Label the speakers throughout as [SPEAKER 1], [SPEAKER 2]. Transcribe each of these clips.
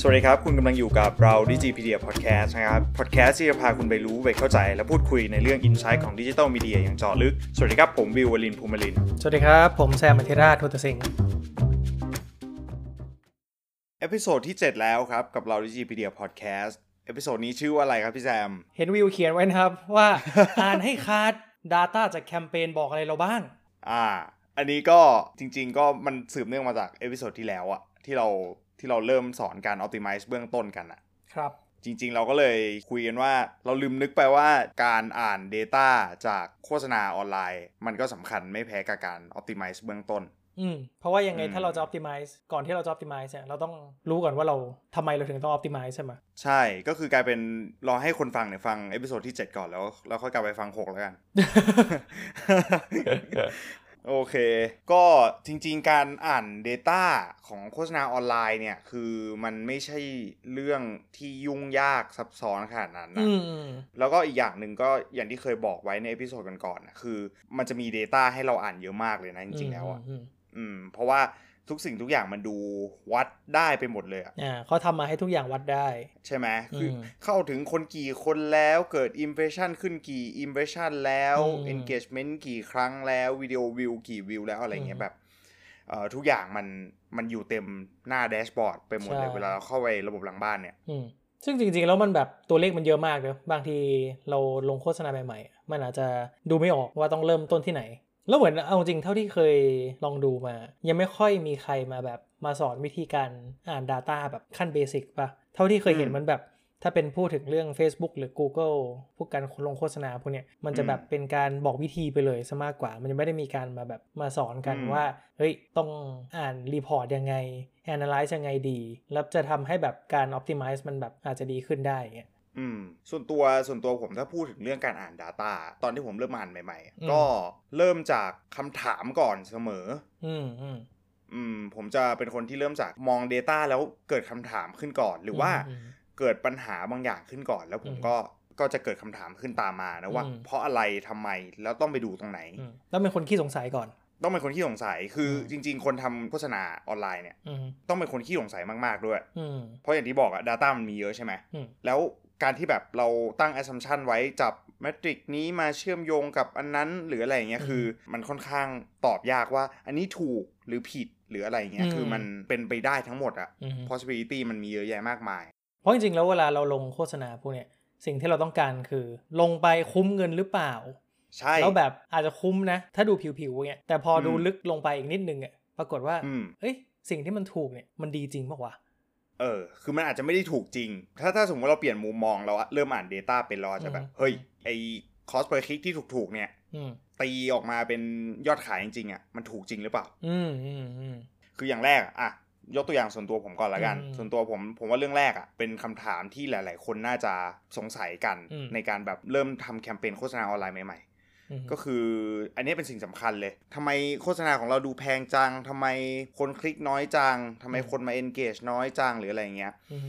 [SPEAKER 1] สวัสดีครับ คุณกำลังอยู่กับเรา Digipedia Podcast นะครับ Podcast ที่จะพาคุณไปรู้ไปเข้าใจ และพูดคุยในเรื่อง Insight ของ Digital Media อย่างเจาะลึก สวัสดีครับ ผมวิววลินภูมิลิน
[SPEAKER 2] สวัสดีครับ ผมแซมอธิราชทุตสิงห์
[SPEAKER 1] เอพิโซดที่ 7 แล้วครับ กับเรา Digipedia Podcast เอพิโซดนี้ชื่อว่าอะไรครับพี่แซม
[SPEAKER 2] เห็นวิวเขียนไว้นะครับว่า อ่านให้ขาด Data จากแคมเปญบอกอะไรเราบ้าง
[SPEAKER 1] อ่า อันนี้ก็จริง ๆ ก็มันสืบเนื่องมาจากเอพิโซดที่แล้วอะที่เราที่เราเริ่มสอนการ optimize เบื้องต้นกันอะ
[SPEAKER 2] ครับ
[SPEAKER 1] จริงๆ เราก็เลยคุยกันว่าเราลืมนึกไปว่าการอ่าน Data จากโฆษณาออนไลน์ มันก็สำคัญไม่แพ้กับการ Optimize เบื้องต้น
[SPEAKER 2] อืมเพราะว่ายังไง
[SPEAKER 1] อืม
[SPEAKER 2] ถ้าเราจะ optimize ก่อนที่เราจะ optimize เนี่ยเราต้องรู้ก่อนว่าเราทำไมเราถึงต้อง optimize ใช่ไหม
[SPEAKER 1] ใช่ก็คือกลายเป็นรอให้คนฟังเนี่ยฟังเอพิโซดที่ 7 ก่อนแล้วแล้วค่อยกลับไปฟัง 6 แล้วกัน โอเค ก็จริงๆ การอ่าน Data ของโฆษณาออนไลน์เนี่ย คือมันไม่ใช่เรื่องที่ยุ่งยากซับซ้อนขนาดนั้นนะ
[SPEAKER 2] อืมอืม
[SPEAKER 1] แล้วก็อีกอย่างหนึ่งก็อย่างที่เคยบอกไว้ในเอพิโซดก่อนๆนะคือ มันจะมี Data ให้เราอ่านเยอะมากเลยนะจริงๆแล้วอ่ะ
[SPEAKER 2] มม
[SPEAKER 1] อืม เพราะว่าทุกสิ่งทุกอย่างมันดูวัดได้ไปหมดเลยอะ
[SPEAKER 2] อ่าเขาทำมาให้ทุกอย่างวัดได้
[SPEAKER 1] ใช่ไหมคืออ
[SPEAKER 2] ม
[SPEAKER 1] เข้าถึงคนกี่คนแล้วเกิด Impression ขึ้นกี่ Impression แล้ว
[SPEAKER 2] อืม
[SPEAKER 1] Engagement กี่ครั้งแล้ววิดีโอวิวกี่วิวแล้วอะไรเงี้
[SPEAKER 2] อื
[SPEAKER 1] ย
[SPEAKER 2] ม
[SPEAKER 1] แบบเอ่อทุกอย่างมันมันอยู่เต็มหน้าแดชบอร์ดไปหมดเลย
[SPEAKER 2] ใช่
[SPEAKER 1] เวลาเราเข้าไประบบหลังบ้านเนี่ย
[SPEAKER 2] อืมซึ่งจริงๆ แล้วมันแบบตัวเลขมันเยอะมากเลยบางทีเราลงโฆษณาใหม่ๆ มันอาจจะดูไม่ออกว่าต้องเริ่มต้นที่ไหน แล้วเหมือนเอาจริงเท่าที่เคยลองดูมา ยังไม่ค่อยมีใครมาแบบมาสอนวิธีการอ่าน Data แบบขั้นเบสิกป่ะ เท่าที่เคยเห็น
[SPEAKER 1] อืม
[SPEAKER 2] มันแบบ ถ้าเป็นพูดถึงเรื่อง Facebook หรือ Google พวกการลงโฆษณาพวกเนี้ยมันจะ
[SPEAKER 1] อืม
[SPEAKER 2] แบบเป็นการบอกวิธีไปเลยซะมากกว่า มันยังไม่ได้มีการมาแบบมาสอนกัน
[SPEAKER 1] อืม
[SPEAKER 2] ว่า เฮ้ย ต้องอ่านรีพอร์ตยังไง analyze ยังไงดี แล้วจะทำให้แบบการ optimize มันแบบอาจจะดีขึ้นได้อย่างเงี้ย
[SPEAKER 1] อืมส่วนตัวส่วนตัวผมถ้าพูดถึงเรื่องการอ่าน Data ตอนที่ผมเริ่มอ่านใหม่
[SPEAKER 2] อืม
[SPEAKER 1] ๆ ก็เริ่มจากคำถามก่อนเสมอ
[SPEAKER 2] อืมอืม
[SPEAKER 1] อืมผมจะเป็นคนที่เริ่มจากมอง Data แล้วเกิดคำถามขึ้นก่อน หรือว่า
[SPEAKER 2] อืม
[SPEAKER 1] เกิดปัญหาบางอย่างขึ้นก่อน แล้วผม
[SPEAKER 2] อืม
[SPEAKER 1] ก็ก็จะเกิดคำถามขึ้นตามมานะว่า
[SPEAKER 2] อืม
[SPEAKER 1] เพราะอะไรทำไมแล้วต้องไปดูตรงไหน
[SPEAKER 2] อืมต้องเป็นคนขี้สงสัยก่อน
[SPEAKER 1] ต้องเป็นคนที่สงสัยคืออ
[SPEAKER 2] ม
[SPEAKER 1] จริง ๆ คนทำโฆษณาออนไลน์เนี่ย
[SPEAKER 2] อืม
[SPEAKER 1] ต้องเป็นคนที่สงสัยมากๆด้วย
[SPEAKER 2] อืม
[SPEAKER 1] เพราะอย่างที่บอกอะ Data มันมีเยอะใช่ไหม
[SPEAKER 2] อืม
[SPEAKER 1] แล้วการที่แบบเราตั้ง assumption ไว้จับแมทริกนี้มาเชื่อมโยงกับอันนั้นหรืออะไรอย่างเงี้ย
[SPEAKER 2] อืม
[SPEAKER 1] คือ มันค่อนข้างตอบยากว่า อันนี้ถูกหรือผิดหรืออะไรอย่างเงี้ย
[SPEAKER 2] อืม
[SPEAKER 1] คือมันเป็นไปได้ทั้งหมดอะ
[SPEAKER 2] อืม
[SPEAKER 1] possibility มันมีเยอะแยะมากมาย
[SPEAKER 2] เพราะจริงๆ แล้วเวลาเราลงโฆษณาพวกเนี้ยสิ่งที่เราต้องการคือ ลงไปคุ้มเงินหรือเปล่า
[SPEAKER 1] ใช่
[SPEAKER 2] แล้วแบบอาจจะคุ้มนะ ถ้าดูผิวๆเงี้ยแต่พออ
[SPEAKER 1] ม
[SPEAKER 2] ดูลึกลงไปอีกนิดนึงอ่ะปรากฏว่า
[SPEAKER 1] อืม
[SPEAKER 2] เอ้ยสิ่งที่มันถูกเนี่ยมันดีจริงปะวะ
[SPEAKER 1] เออ คือมันอาจจะไม่ได้ถูกจริง ถ้าถ้าสมมติเราเปลี่ยนมุมมองเราอะเริ่มอ่าน Data เป็นเราอาจจะแบบ
[SPEAKER 2] อืม
[SPEAKER 1] เฮ้ย ไอ cost per click ที่ถูกๆเนี่ย
[SPEAKER 2] อืม
[SPEAKER 1] ตีออกมาเป็นยอดขายจริงๆอะมันถูกจริงหรือเปล่า
[SPEAKER 2] อืมอืมอืม
[SPEAKER 1] คืออย่างแรกอะอ่ะยกตัวอย่างส่วนตัวผมก่อนละกัน
[SPEAKER 2] อืม
[SPEAKER 1] ส่วนตัวผมผมว่าเรื่องแรกอะเป็นคำถามที่หลาย ๆ คนน่าจะสงสัยกัน
[SPEAKER 2] อืม
[SPEAKER 1] ในการแบบเริ่มทำแคมเปญโฆษณาออนไลน์ใหม่
[SPEAKER 2] อืม
[SPEAKER 1] ๆ ก็คืออันนี้เป็นสิ่งสำคัญเลยทำไมโฆษณาของเราดูแพงจังทำไมคนคลิกน้อยจังทำไม
[SPEAKER 2] อืม
[SPEAKER 1] คนมา engage น้อยจังหรืออะไรอย่างเงี้ย
[SPEAKER 2] อืม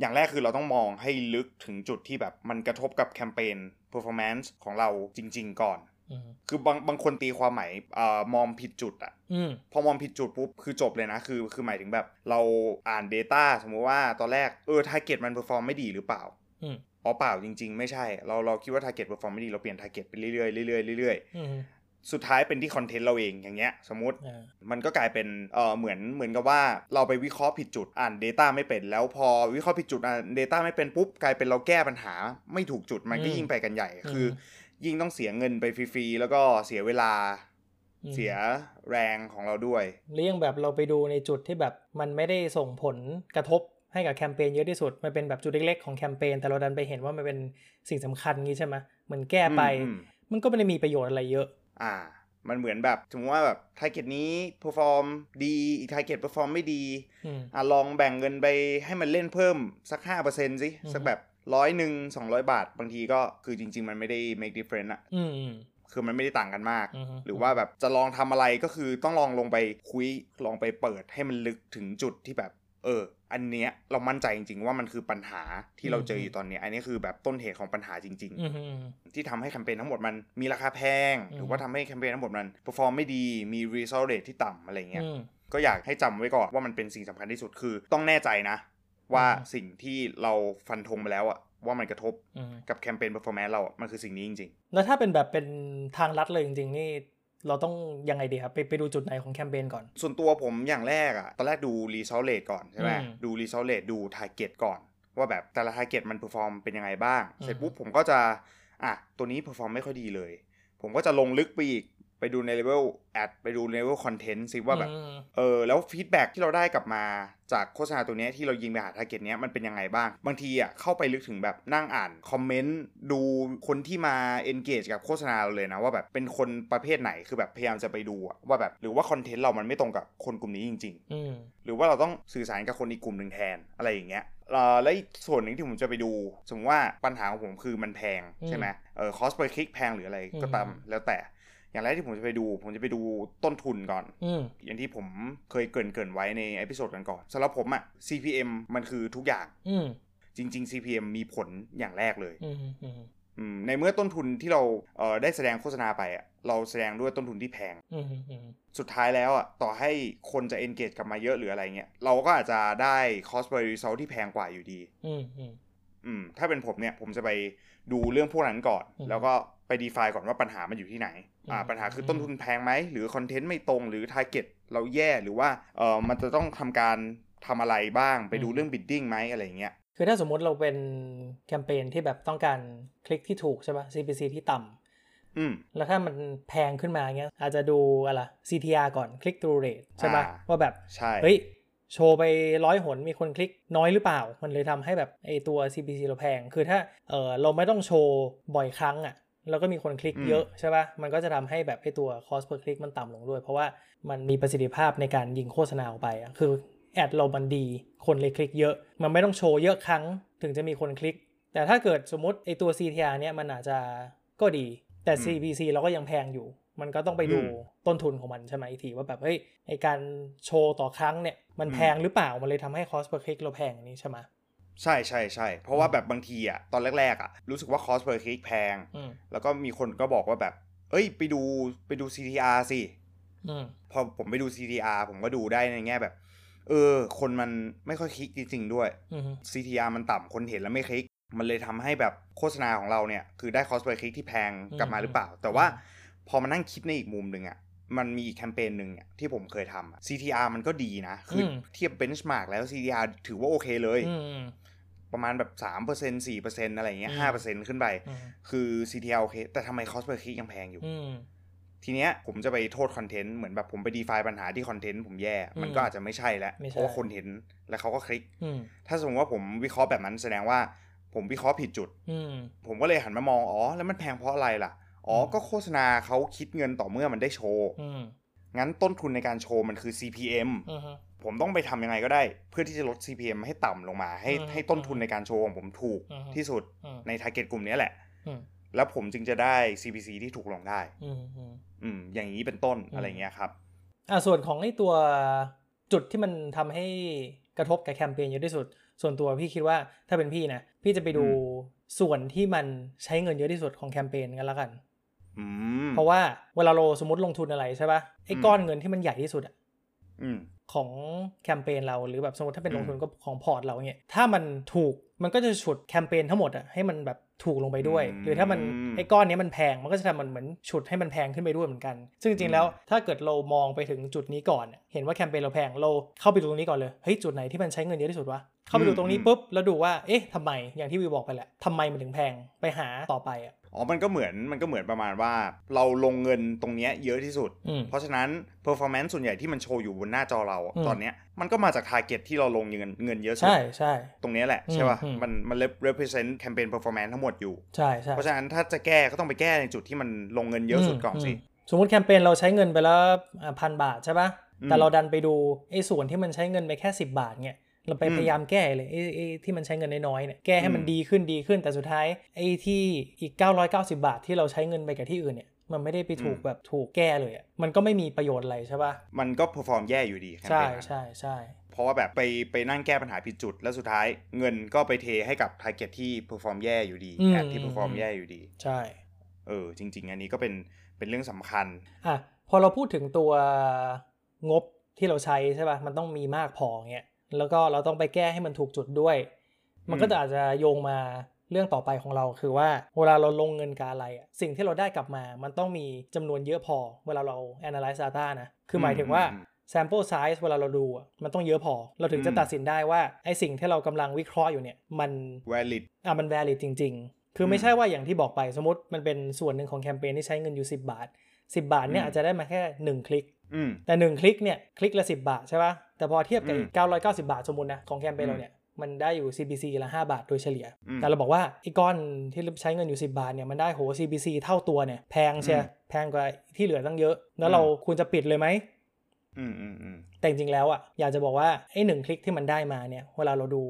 [SPEAKER 1] อย่างแรกคือเราต้องมองให้ลึกถึงจุดที่แบบมันกระทบกับแคมเปญ performance ของเราจริง ๆ ก่อน
[SPEAKER 2] อืม
[SPEAKER 1] คือบางบางคนตีความหมายเอ่อมองผิดจุดอะ
[SPEAKER 2] อืม
[SPEAKER 1] พอมองผิดจุดปุ๊บ คือจบเลยนะ คือคือหมายถึงแบบเราอ่าน Data สมมุติว่าตอนแรกเออ t a r g e t มัน perform ไม่ดีหรือเปล่า
[SPEAKER 2] อืม
[SPEAKER 1] อ๋อเปล่าจริง ๆ ไม่ใช่ เราเราคิดว่า t a r g e t perform ไม่ดี เราเปลี่ยน t a r g e t ไปเรื่อยๆเรื่อยๆเรื่อย
[SPEAKER 2] อืม
[SPEAKER 1] ๆ สุดท้ายเป็นที่คอนเทนต์เราเองอย่างเงี้ย สมมติ
[SPEAKER 2] อ่า
[SPEAKER 1] มันก็กลายเป็นเออเหมือนเหมือนกับว่าเราไปวิเคราะห์ผิดจุดอ่าน Data ไม่เป็น แล้วพอวิเคราะห์ผิดจุดอ่าน Data ไม่เป็นปุ๊บกลายเป็นเราแก้ปัญหา ไม่ถูกจุดมันก็
[SPEAKER 2] อืม
[SPEAKER 1] ยิ่งไปกันใหญ่
[SPEAKER 2] อืม
[SPEAKER 1] คือ ยิ่งต้องเสียเงินไปฟรีๆแล้วก็เสียเวลา
[SPEAKER 2] อืม
[SPEAKER 1] เสียแรงของเราด้วย
[SPEAKER 2] หรือยังแบบเราไปดูในจุดที่แบบมันไม่ได้ส่งผลกระทบให้กับแคมเปญเยอะที่สุด มันเป็นแบบจุดเล็กๆของแคมเปญแต่เราดันไปเห็นว่ามันเป็นสิ่งสำคัญงี้ใช่ไหมเหมือนแก้ไป
[SPEAKER 1] อืมอืม
[SPEAKER 2] มันก็ไม่ได้มีประโยชน์อะไรเยอะ
[SPEAKER 1] อ่า มันเหมือนแบบสมมติว่าแบบทาร์เก็ตนี้เพอร์ฟอร์มดี อีกทาร์เก็ตเพอร์ฟอร์มไม่ดี
[SPEAKER 2] อืม
[SPEAKER 1] อ่ะลองแบ่งเงินไปให้มันเล่นเพิ่มสัก 5%สิ
[SPEAKER 2] อืม
[SPEAKER 1] สักแบบร้อยหนึ่งสองร้อยบาท บางทีก็คือจริง ๆ มันไม่ได้ make difference อะ
[SPEAKER 2] อืมอืม
[SPEAKER 1] คือมันไม่ได้ต่างกันมาก
[SPEAKER 2] อืม
[SPEAKER 1] หรือว่าแบบจะลองทำอะไรก็คือต้องลองลงไปคุย ลองไปเปิดให้มันลึกถึงจุดที่แบบ เออ อันเนี้ยเรามั่นใจจริง ๆ ว่ามันคือปัญหาที่เราเจออยู่ตอนเนี้ยอันนี้คือแบบต้นเหตุของปัญหาจริง ๆ
[SPEAKER 2] อืมอืม
[SPEAKER 1] ที่ทำให้แคมเปญทั้งหมดมันมีราคาแพง
[SPEAKER 2] อืม
[SPEAKER 1] หรือว่าทำให้แคมเปญทั้งหมดมัน perform ไม่ดีมี result rate ที่ต่ำอะไรเงี้ย
[SPEAKER 2] อืม
[SPEAKER 1] ก็อยากให้จำไว้ก่อนว่ามันเป็นสิ่งสำคัญที่สุดคือ ต้องแน่ใจนะ ว่า
[SPEAKER 2] อืม
[SPEAKER 1] สิ่งที่เราฟันธงไปแล้วอะว่ามันกระทบ
[SPEAKER 2] อืม
[SPEAKER 1] กับแคมเปญ performance เราอะมันคือสิ่งนี้จริง
[SPEAKER 2] แล้วถ้าเป็นแบบเป็นทางลัดเลยจริงๆ นี่เราต้องยังไงดีครับ ไปไปดูจุดไหนของแคมเปญก่อน
[SPEAKER 1] ๆ ส่วนตัวผมอย่างแรกอะตอนแรกดู resource rate ก่อนใช่ไหม
[SPEAKER 2] อืม
[SPEAKER 1] ดู resource rate ดู target ก่อน ว่าแบบแต่ละ target มัน perform เป็นยังไงบ้าง
[SPEAKER 2] อืม
[SPEAKER 1] เสร็จปุ๊บผมก็จะอ่ะตัวนี้ perform ไม่ค่อยดีเลย ผมก็จะลงลึกไปอีกไปดูใน level ad ไปดู level content ซิว่าแบบ
[SPEAKER 2] อืม
[SPEAKER 1] เออแล้วฟีดแบ็กที่เราได้กลับมาจากโฆษณาตัวเนี้ยที่เรายิงไปหาทาร์เก็ตเนี้ยมันเป็นยังไงบ้าง บางทีอ่ะเข้าไปลึกถึงแบบนั่งอ่านคอมเมนต์ดูคนที่มา engage กับโฆษณาเราเลยนะ ว่าแบบเป็นคนประเภทไหนคือแบบพยายามจะไปดูอะว่าแบบหรือว่าคอนเทนต์เรามันไม่ตรงกับคนกลุ่มนี้จริง ๆ
[SPEAKER 2] อืม
[SPEAKER 1] หรือว่าเราต้องสื่อสารกับคนอีกกลุ่มหนึ่งแทนอะไรอย่างเงี้ยเอ่อและอีกส่วนหนึ่งที่ผมจะไปดู สมมติว่าปัญหาของผมคือมันแพง
[SPEAKER 2] อืม
[SPEAKER 1] ใช่ไหมเออคอสไปคลิกแพงหรืออะไรก็ตาม
[SPEAKER 2] อืม
[SPEAKER 1] แล้วแต่ อย่างแรกที่ผมจะไปดู ผมจะไปดูต้นทุนก่อน
[SPEAKER 2] อืม
[SPEAKER 1] อย่างที่ผมเคยเกรินเกรินๆไว้ในเอพิโซดกันก่อนๆสำหรับผมอะ CPM มันคือทุกอย่าง
[SPEAKER 2] อืม
[SPEAKER 1] จริง ๆ CPM มีผลอย่างแรกเลย
[SPEAKER 2] อืม อืม
[SPEAKER 1] อืมในเมื่อต้นทุนที่เราเอ่อได้แสดงโฆษณาไปอะเราแสดงด้วยต้นทุนที่แพง
[SPEAKER 2] อืม อืม
[SPEAKER 1] สุดท้ายแล้วอะต่อให้คนจะ engage กลับมาเยอะหรืออะไรเงี้ยเราก็อาจจะได้ cost by result ที่แพงกว่าอยู่ดี
[SPEAKER 2] อืม อืม
[SPEAKER 1] อืมถ้าเป็นผมเนี่ยผมจะไปดูเรื่องพวกนั้นก่อน
[SPEAKER 2] อืม
[SPEAKER 1] แล้วก็ไป define ก่อนว่าปัญหามันอยู่ที่ไหนอ่า
[SPEAKER 2] อืม
[SPEAKER 1] ปัญหาคือต้นทุนแพงไหม หรือคอนเทนต์ไม่ตรงหรือ target เราแย่หรือว่าเออมันจะต้องทำการทำอะไรบ้าง ไปดูเรื่อง bidding ไหมอะไรอย่างเงี้ย
[SPEAKER 2] คือถ้าสมมติเราเป็นแคมเปญที่แบบต้องการคลิกที่ถูกใช่ปะ CPC ที่ต่ำ
[SPEAKER 1] อืม
[SPEAKER 2] แล้วถ้ามันแพงขึ้นมาเงี้ย อาจจะดูอะไร CTR ก่อน click through rate ใช่ปะ
[SPEAKER 1] อ่า
[SPEAKER 2] ว่าแบบ
[SPEAKER 1] ใช่
[SPEAKER 2] เฮ้ย โชว์ไปร้อยหนมีคนคลิกน้อยหรือเปล่า มันเลยทำให้แบบไอตัว CPC เราแพง คือถ้าเออเราไม่ต้องโชว์บ่อยครั้งอะ่ะ แล้วก็มีคนคลิกเยอะใช่ปะมันก็จะทำให้แบบไอตัว cost per click มันต่ำลงด้วย เพราะว่ามันมีประสิทธิภาพในการยิงโฆษณาออกไปอะคือแอดเรามันดี คนเลยคลิกเยอะ มันไม่ต้องโชว์เยอะครั้งถึงจะมีคนคลิก แต่ถ้าเกิดสมมติไอตัว CTR เนี่ยมันอาจจะก็ดี แต่ CPC เราก็ยังแพงอยู่ มันก็ต้องไปดูต้นทุนของมันใช่ไหมอีกทีว่าแบบเฮ้ยไอการโชว์ต่อครั้งเนี่ย มันแพงหรือเปล่า มันเลยทำให้ cost per click เราแพงอันนี้ใช่ไหม
[SPEAKER 1] ใช่ใช่ใช่เพราะว่าแบบบางทีอะตอนแรกๆอะรู้สึกว่า cost per click แพง
[SPEAKER 2] อืม
[SPEAKER 1] แล้วก็มีคนก็บอกว่าแบบ เอ้ย ไปดูไปดู CTR สิ
[SPEAKER 2] อืม
[SPEAKER 1] พอผมไปดู CTR ผมก็ดูได้ในแง่แบบ เออ คนมันไม่ค่อยคลิกจริงๆด้วย
[SPEAKER 2] อืม
[SPEAKER 1] CTR มันต่ำคนเห็นแล้วไม่คลิก มันเลยทำให้แบบโฆษณาของเราเนี่ย คือได้ cost per click ที่แพง
[SPEAKER 2] อืม
[SPEAKER 1] กลับมาหรือเปล่า แต่ว่าพอมานั่งคิดในอีกมุมหนึ่งอะ่ะ มันมีอีกแคมเปญหนึ่งอะที่ผมเคยทำอะ CTR มันก็ดีนะ คืออ
[SPEAKER 2] ม
[SPEAKER 1] เทียบ benchmark แล้ว CTR ถือว่าโอเคเลย
[SPEAKER 2] อืม
[SPEAKER 1] ประมาณแบบ3% 4%อะไรอย่างเงี้ย
[SPEAKER 2] อืม
[SPEAKER 1] 5%ขึ้นไป
[SPEAKER 2] อืม
[SPEAKER 1] คือ CTR โอเค แต่ทำไม cost per click ยังแพงอยู่
[SPEAKER 2] อืม
[SPEAKER 1] ทีเนี้ยผมจะไปโทษคอนเทนต์เหมือนแบบผมไปดีไฟปัญหาที่คอนเทนต์ผมแย่ มันก็อาจจะไม่ใช่แล้ว
[SPEAKER 2] ไม่
[SPEAKER 1] เพ
[SPEAKER 2] ใช่
[SPEAKER 1] ราะว่าคนเห็นแล้วเขาก็คลิก
[SPEAKER 2] อืม
[SPEAKER 1] ถ้าสมมติว่าผมวิเคราะห์แบบนั้นแสดงว่าผมวิเคราะห์ผิดจุด
[SPEAKER 2] อืม
[SPEAKER 1] ผมก็เลยหันมามองอ๋อแล้วมันแพงเพราะอะไรล่ะ อ๋อ
[SPEAKER 2] อืม
[SPEAKER 1] ก็โฆษณาเขาคิดเงินต่อเมื่อมันได้โชว์
[SPEAKER 2] อืม
[SPEAKER 1] งั้นต้นทุนในการโชว์มันคือ CPM
[SPEAKER 2] อืม
[SPEAKER 1] ผมต้องไปทำยังไงก็ได้ เพื่อที่จะลด CPM ให้ต่ำลงมา ให้
[SPEAKER 2] อืม
[SPEAKER 1] ให้ต้นทุนในการโชว์ของผมถูก
[SPEAKER 2] อืม
[SPEAKER 1] ที่สุด
[SPEAKER 2] อืม
[SPEAKER 1] ใน target กลุ่มเนี้ยแหละ
[SPEAKER 2] อืม
[SPEAKER 1] แล้วผมจึงจะได้ CPC ที่ถูกลงได้
[SPEAKER 2] อืมอืม
[SPEAKER 1] อืมอย่างนี้เป็นต้น
[SPEAKER 2] อืม
[SPEAKER 1] อะไรเงี้ยครับ
[SPEAKER 2] อ่าส่วนของไอ้ตัวจุดที่มันทำให้กระทบกับแคมเปญเยอะที่สุด ส่วนตัวพี่คิดว่าถ้าเป็นพี่นะพี่จะไปดู
[SPEAKER 1] อื
[SPEAKER 2] ส่วนที่มันใช้เงินเยอะที่สุดของแคมเปญกันละกัน
[SPEAKER 1] อืม
[SPEAKER 2] เพราะว่าเวลาเราสมมติลงทุนอะไรใช่ปะ่ะไอ้
[SPEAKER 1] อืม
[SPEAKER 2] ก้อนเงินที่มันใหญ่ที่สุดอะ
[SPEAKER 1] อืม
[SPEAKER 2] ของแคมเปญเราหรือแบบสมมติถ้าเป็น
[SPEAKER 1] อืม
[SPEAKER 2] ลงทุนก็ของพอร์ตเราเนี่ยถ้ามันถูกมันก็จะฉุดแคมเปญทั้งหมดอะให้มันแบบถูกลงไปด้วย หรือถ้ามันไอ้ก้อนเนี้ยมันแพงมันก็จะทำมันเหมือนฉุดให้มันแพงขึ้นไปด้วยเหมือนกัน ซึ่งจริงๆแล้วถ้าเกิดเรามองไปถึงจุดนี้ก่อนอะเห็นว่าแคมเปญเราแพงเราเข้าไปดูตรงนี้ก่อนเลยเฮ้ยจุดไหนที่มันใช้เงินเยอะที่สุดวะเข้าไปดูตรงนี้ปุ๊บแล้วดูว่าเอ๊ะทำไมอย่างที่วิวบอกไปแหละทำไมมันถึงแพงไปหาต่อไปอะ
[SPEAKER 1] อ๋อ มันก็เหมือน มันก็เหมือนประมาณว่า เราลงเงินตรงเนี้ยเยอะที่สุด
[SPEAKER 2] อืม
[SPEAKER 1] เพราะฉะนั้น performance ส่วนใหญ่ที่มันโชว์อยู่บนหน้าจอเราอะ
[SPEAKER 2] อืม
[SPEAKER 1] ตอนเนี้ย มันก็มาจาก target ที่เราลงเงินเงินเยอะสุด
[SPEAKER 2] ใช่ใช่
[SPEAKER 1] ตรงเนี้ยแหละ ใช่ป่ะ
[SPEAKER 2] อืมอืม
[SPEAKER 1] มันมัน rep- represent campaign performance ทั้งหมดอยู่
[SPEAKER 2] ใช่ใช่
[SPEAKER 1] เพราะฉะนั้นถ้าจะแก้ก็ต้องไปแก้ในจุดที่มันลงเงินเยอะสุดก่อนสิ
[SPEAKER 2] มสมมติแคมเปญเราใช้เงินไปแล้วพันบาทใช่ปะ
[SPEAKER 1] อืม
[SPEAKER 2] แต่เราดันไปดูไอ้ส่วนที่มันใช้เงินไปแค่ 10 บาทเนี่ยเราไป
[SPEAKER 1] อืม
[SPEAKER 2] พยายามแก้เลยไอ้ไอ้ที่มันใช้เงินน้อยๆเนี่ยแก้ให้มัน
[SPEAKER 1] อืม
[SPEAKER 2] ดีขึ้นดีขึ้นแต่สุดท้ายไอ้ที่อีก 990 บาทที่เราใช้เงินไปกับที่อื่นเนี่ยมันไม่ได้ไปถูกแบบถูกแก้เลยอะมันก็ไม่มีประโยชน์อะไรใช่ปะ
[SPEAKER 1] มันก็ perform แย่อยู่ดี campaign
[SPEAKER 2] ใช่
[SPEAKER 1] นั้น
[SPEAKER 2] ใช่ใช่
[SPEAKER 1] เพราะว่าแบบไปไปนั่งแก้ปัญหาผิดจุด แล้วสุดท้ายเงินก็ไปเทให้กับ target ที่ perform แย่อยู่ดีแอดที่ perform แย่อยู่ดี
[SPEAKER 2] ใช่
[SPEAKER 1] เออ จริง ๆ อันนี้ก็เป็นเป็นเรื่องสำคัญ
[SPEAKER 2] อ่ะพอเราพูดถึงตัวงบ ที่เราใช้ใช่ป่ะมันต้องมีมากพอเงี้ยแล้วก็เราต้องไปแก้ให้มันถูกจุดด้วย มันก็จะอาจจะโยงมาเรื่องต่อไปของเราคือว่าเวลาเราลงเงินกับอะไรอะสิ่งที่เราได้กลับมา มันต้องมีจำนวนเยอะพอ เวลาเรา analyze data นะคือหมายถึงว่า
[SPEAKER 1] อืม
[SPEAKER 2] sample size เวลาเราดูอะมันต้องเยอะพอ เราถึงจะ
[SPEAKER 1] อืม
[SPEAKER 2] ตัดสินได้ว่าไอสิ่งที่เรากำลังวิเคราะห์อยู่เนี่ยมัน
[SPEAKER 1] valid
[SPEAKER 2] อ่ะมัน valid จริง ๆ คือ
[SPEAKER 1] อื
[SPEAKER 2] ไม่
[SPEAKER 1] ม
[SPEAKER 2] ใช่ว่าอย่างที่บอกไปสมมติมันเป็นส่วนหนึ่งของแคมเปญที่ใช้เงินอยู่ 10 บาท 10 บาทเนี่
[SPEAKER 1] อื
[SPEAKER 2] ย
[SPEAKER 1] ม
[SPEAKER 2] อาจจะได้มาแค่ 1 คลิก
[SPEAKER 1] อืม
[SPEAKER 2] แต่ 1 คลิกเนี่ยคลิกละ 10 บาทใช่ป่ะ แต่พอเทียบกับ
[SPEAKER 1] อืม
[SPEAKER 2] อีก990 บาทสมมตินะของแคมเปญเราเนี่ยมันได้อยู่ CPC ละ 5 บาทโดยเฉลี่ย
[SPEAKER 1] อืม
[SPEAKER 2] แต่เราบอกว่าไอ้ก้อนที่ใช้เงินอยู่ 10 บาทเนี่ยมันได้โห CPC เท่าตัวเนี่ยแพงเชีย
[SPEAKER 1] อืม
[SPEAKER 2] แพงกว่าที่เหลือตั้งเยอะ แล้
[SPEAKER 1] อื
[SPEAKER 2] ว
[SPEAKER 1] ม
[SPEAKER 2] เราควรจะปิดเลยไหม
[SPEAKER 1] อืมอืมอืม
[SPEAKER 2] แต่จริงๆแล้วอ่ะอยากจะบอกว่าไอ้หนึ่งคลิกที่มันได้มาเนี่ยเวลาเราดู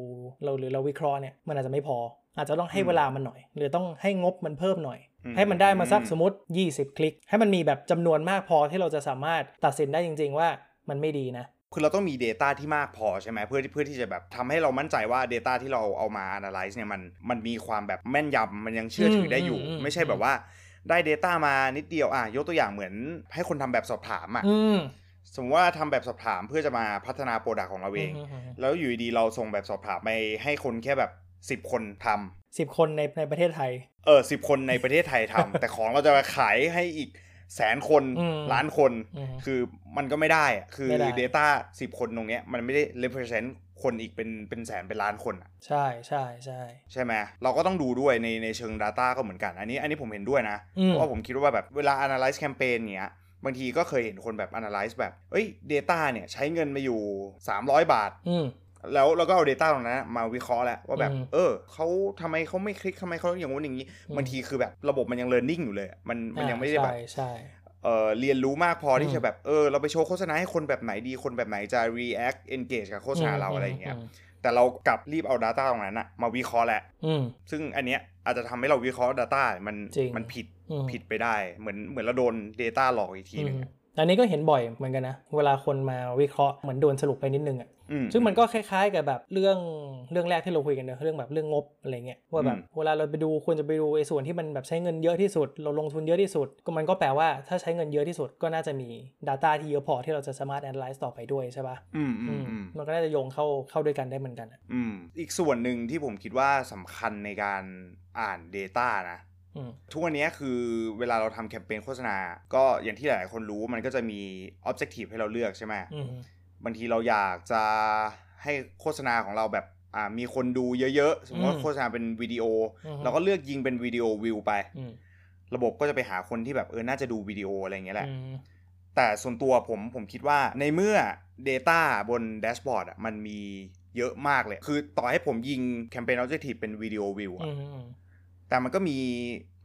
[SPEAKER 2] เราหรือเราวิเคราะห์เนี่ยมันอาจจะไม่พอ อาจจะต้องให้เวลามันหน่อย หรือต้องให้งบมันเพิ่มหน่อย ให้มันได้มาสักสมมติ 20 คลิก ให้มันมีแบบจำนวนมากพอที่เราจะสามารถตัดสินได้จริง ๆ ว่ามันไม่ดีนะ
[SPEAKER 1] คือเราต้องมี Data ที่มากพอใช่ไหมเพื่อที่เพื่อที่จะแบบทำให้เรามั่นใจว่า Data ที่เราเอามา analyze เนี่ยมันมันมีความแบบแม่นยำมันยังเชื่อถือได้อยู่
[SPEAKER 2] อืมอืมอืม
[SPEAKER 1] ไม่ใช่แบบว่าได้ Data มานิดเดียวอ่ะยกตัวอย่างเหมือนให้คนทำแบบสอบถามอ่ะ
[SPEAKER 2] อืม
[SPEAKER 1] สมมติว่าทำแบบสอบถามเพื่อจะมาพัฒนาโปรดักของเราเอง แล้วอยู่ดีๆเราส่งแบบสอบถามไปให้คนแค่แบบ 10 คนทำ
[SPEAKER 2] สิบคนในในประเทศไทย
[SPEAKER 1] เออสิคนในประเทศไทยทำ แต่ของเราจะไปขายให้อีกแสนคน
[SPEAKER 2] อืม
[SPEAKER 1] ล้านคน
[SPEAKER 2] อืม
[SPEAKER 1] คือมันก็ไม่ได้อะคือ
[SPEAKER 2] ไม่ได้
[SPEAKER 1] Data 10 คนตรงเนี้ยมันไม่ได้ represent คนอีกเป็นเป็นแสนเป็นล้านคนอะ
[SPEAKER 2] ใช่ใช่ใช่
[SPEAKER 1] ใช่ไหมเราก็ต้องดูด้วยในในเชิง Data ก็เหมือนกัน อันนี้อันนี้ผมเห็นด้วยนะ
[SPEAKER 2] อื
[SPEAKER 1] เพ
[SPEAKER 2] ม
[SPEAKER 1] ราะว่าผมคิดว่าแบบเวลา analyze campaign เนี้ยบางทีก็เคยเห็นคนแบบ analyze แบบเอ้ย Data เนี่ยใช้เงินมาอยู่ 300 บาท
[SPEAKER 2] อืม
[SPEAKER 1] แล้วเราก็เอา Data ตรงนั้นนะมาวิเคราะห์แล้วว่าแบบ
[SPEAKER 2] อืม
[SPEAKER 1] เออเขาทำไมเขาไม่คลิกทำไมเขาอย่างงู้นอย่างนี้
[SPEAKER 2] อืม
[SPEAKER 1] บางทีคือแบบระบบมันยัง learning อยู่เลยอะมันมันยังไม่ได้แบบ
[SPEAKER 2] อ่าใช่
[SPEAKER 1] เอ่อเรียนรู้มากพอที่
[SPEAKER 2] อืม
[SPEAKER 1] จะแบบเออเราไปโชว์โฆษณาให้คนแบบไหนดีคนแบบไหนจะ react engage กับโฆษ
[SPEAKER 2] ใช่
[SPEAKER 1] ณาเราอะไรอย่างเงี้ย
[SPEAKER 2] ม
[SPEAKER 1] แต่เรากลับรีบเอา Data ตรงนั้นอะมาวิเคราะห์แหละ
[SPEAKER 2] อืม
[SPEAKER 1] ซึ่งอันเนี้ยอาจจะทำให้เราวิเคราะห์ Data มัน
[SPEAKER 2] จริง
[SPEAKER 1] มันผิด
[SPEAKER 2] อืม
[SPEAKER 1] ผิดไปได้เหมือนเหมือนเราโดน Data หลอกอีกทีหนึ่งอะ
[SPEAKER 2] อืมอันนี้ก็เห็นบ่อยเหมือนกันนะ เวลาคนมาวิเคราะห์เหมือนโดนสรุปไปนิดนึงอ่ะ
[SPEAKER 1] อื
[SPEAKER 2] ซึ่งมันก็คล้ายๆกับแบบเรื่องเรื่องแรกที่เราคุยกันเนอะเรื่องแบบเรื่องงบอะไรเงี้ยว่าแบบ
[SPEAKER 1] อืม
[SPEAKER 2] เวลาเราไปดูควรจะไปดูไอ้ส่วนที่มันแบบใช้เงินเยอะที่สุด เราลงทุนเยอะที่สุด ก็มันก็แปลว่าถ้าใช้เงินเยอะที่สุดก็น่าจะมี Data ที่เยอะพอที่เราจะสามารถ analyze ต่อไปด้วยใช่ปะ
[SPEAKER 1] อืมอืมอื
[SPEAKER 2] อืม
[SPEAKER 1] ม
[SPEAKER 2] มันก็น่าจะโยงเข้าเข้าด้วยกันได้เหมือนกันอะ
[SPEAKER 1] อืมอีกส่วนหนึ่งที่ผมคิดว่าสำคัญในการอ่าน Data นะ
[SPEAKER 2] อืม
[SPEAKER 1] ทุกวันนี้คือเวลาเราทำแคมเปญโฆษณา ก็อย่างที่หลายๆคนรู้มันก็จะมี objective ให้เราเลือกใช่ไหม
[SPEAKER 2] อืม
[SPEAKER 1] บางทีเราอยากจะให้โฆษณาของเราแบบอ่ามีคนดูเยอะๆ สมมติว่า
[SPEAKER 2] อืม
[SPEAKER 1] โฆษณาเป็นวิดีโออ
[SPEAKER 2] ม
[SPEAKER 1] เราก็เลือกยิงเป็นวิดีโอวิวไป
[SPEAKER 2] อืม
[SPEAKER 1] ระบบก็จะไปหาคนที่แบบเออน่าจะดูวิดีโออะไรอย่างเงี้ยแหละ
[SPEAKER 2] อืม
[SPEAKER 1] แต่ส่วนตัวผมผมคิดว่าในเมื่อ Data บนแดชบอร์ดอะมันมีเยอะมากเลย คือต่อให้ผมยิงแคมเปญ Objective เป็นวิดีโอวิวอะ
[SPEAKER 2] อืมอืม
[SPEAKER 1] แต่มันก็มี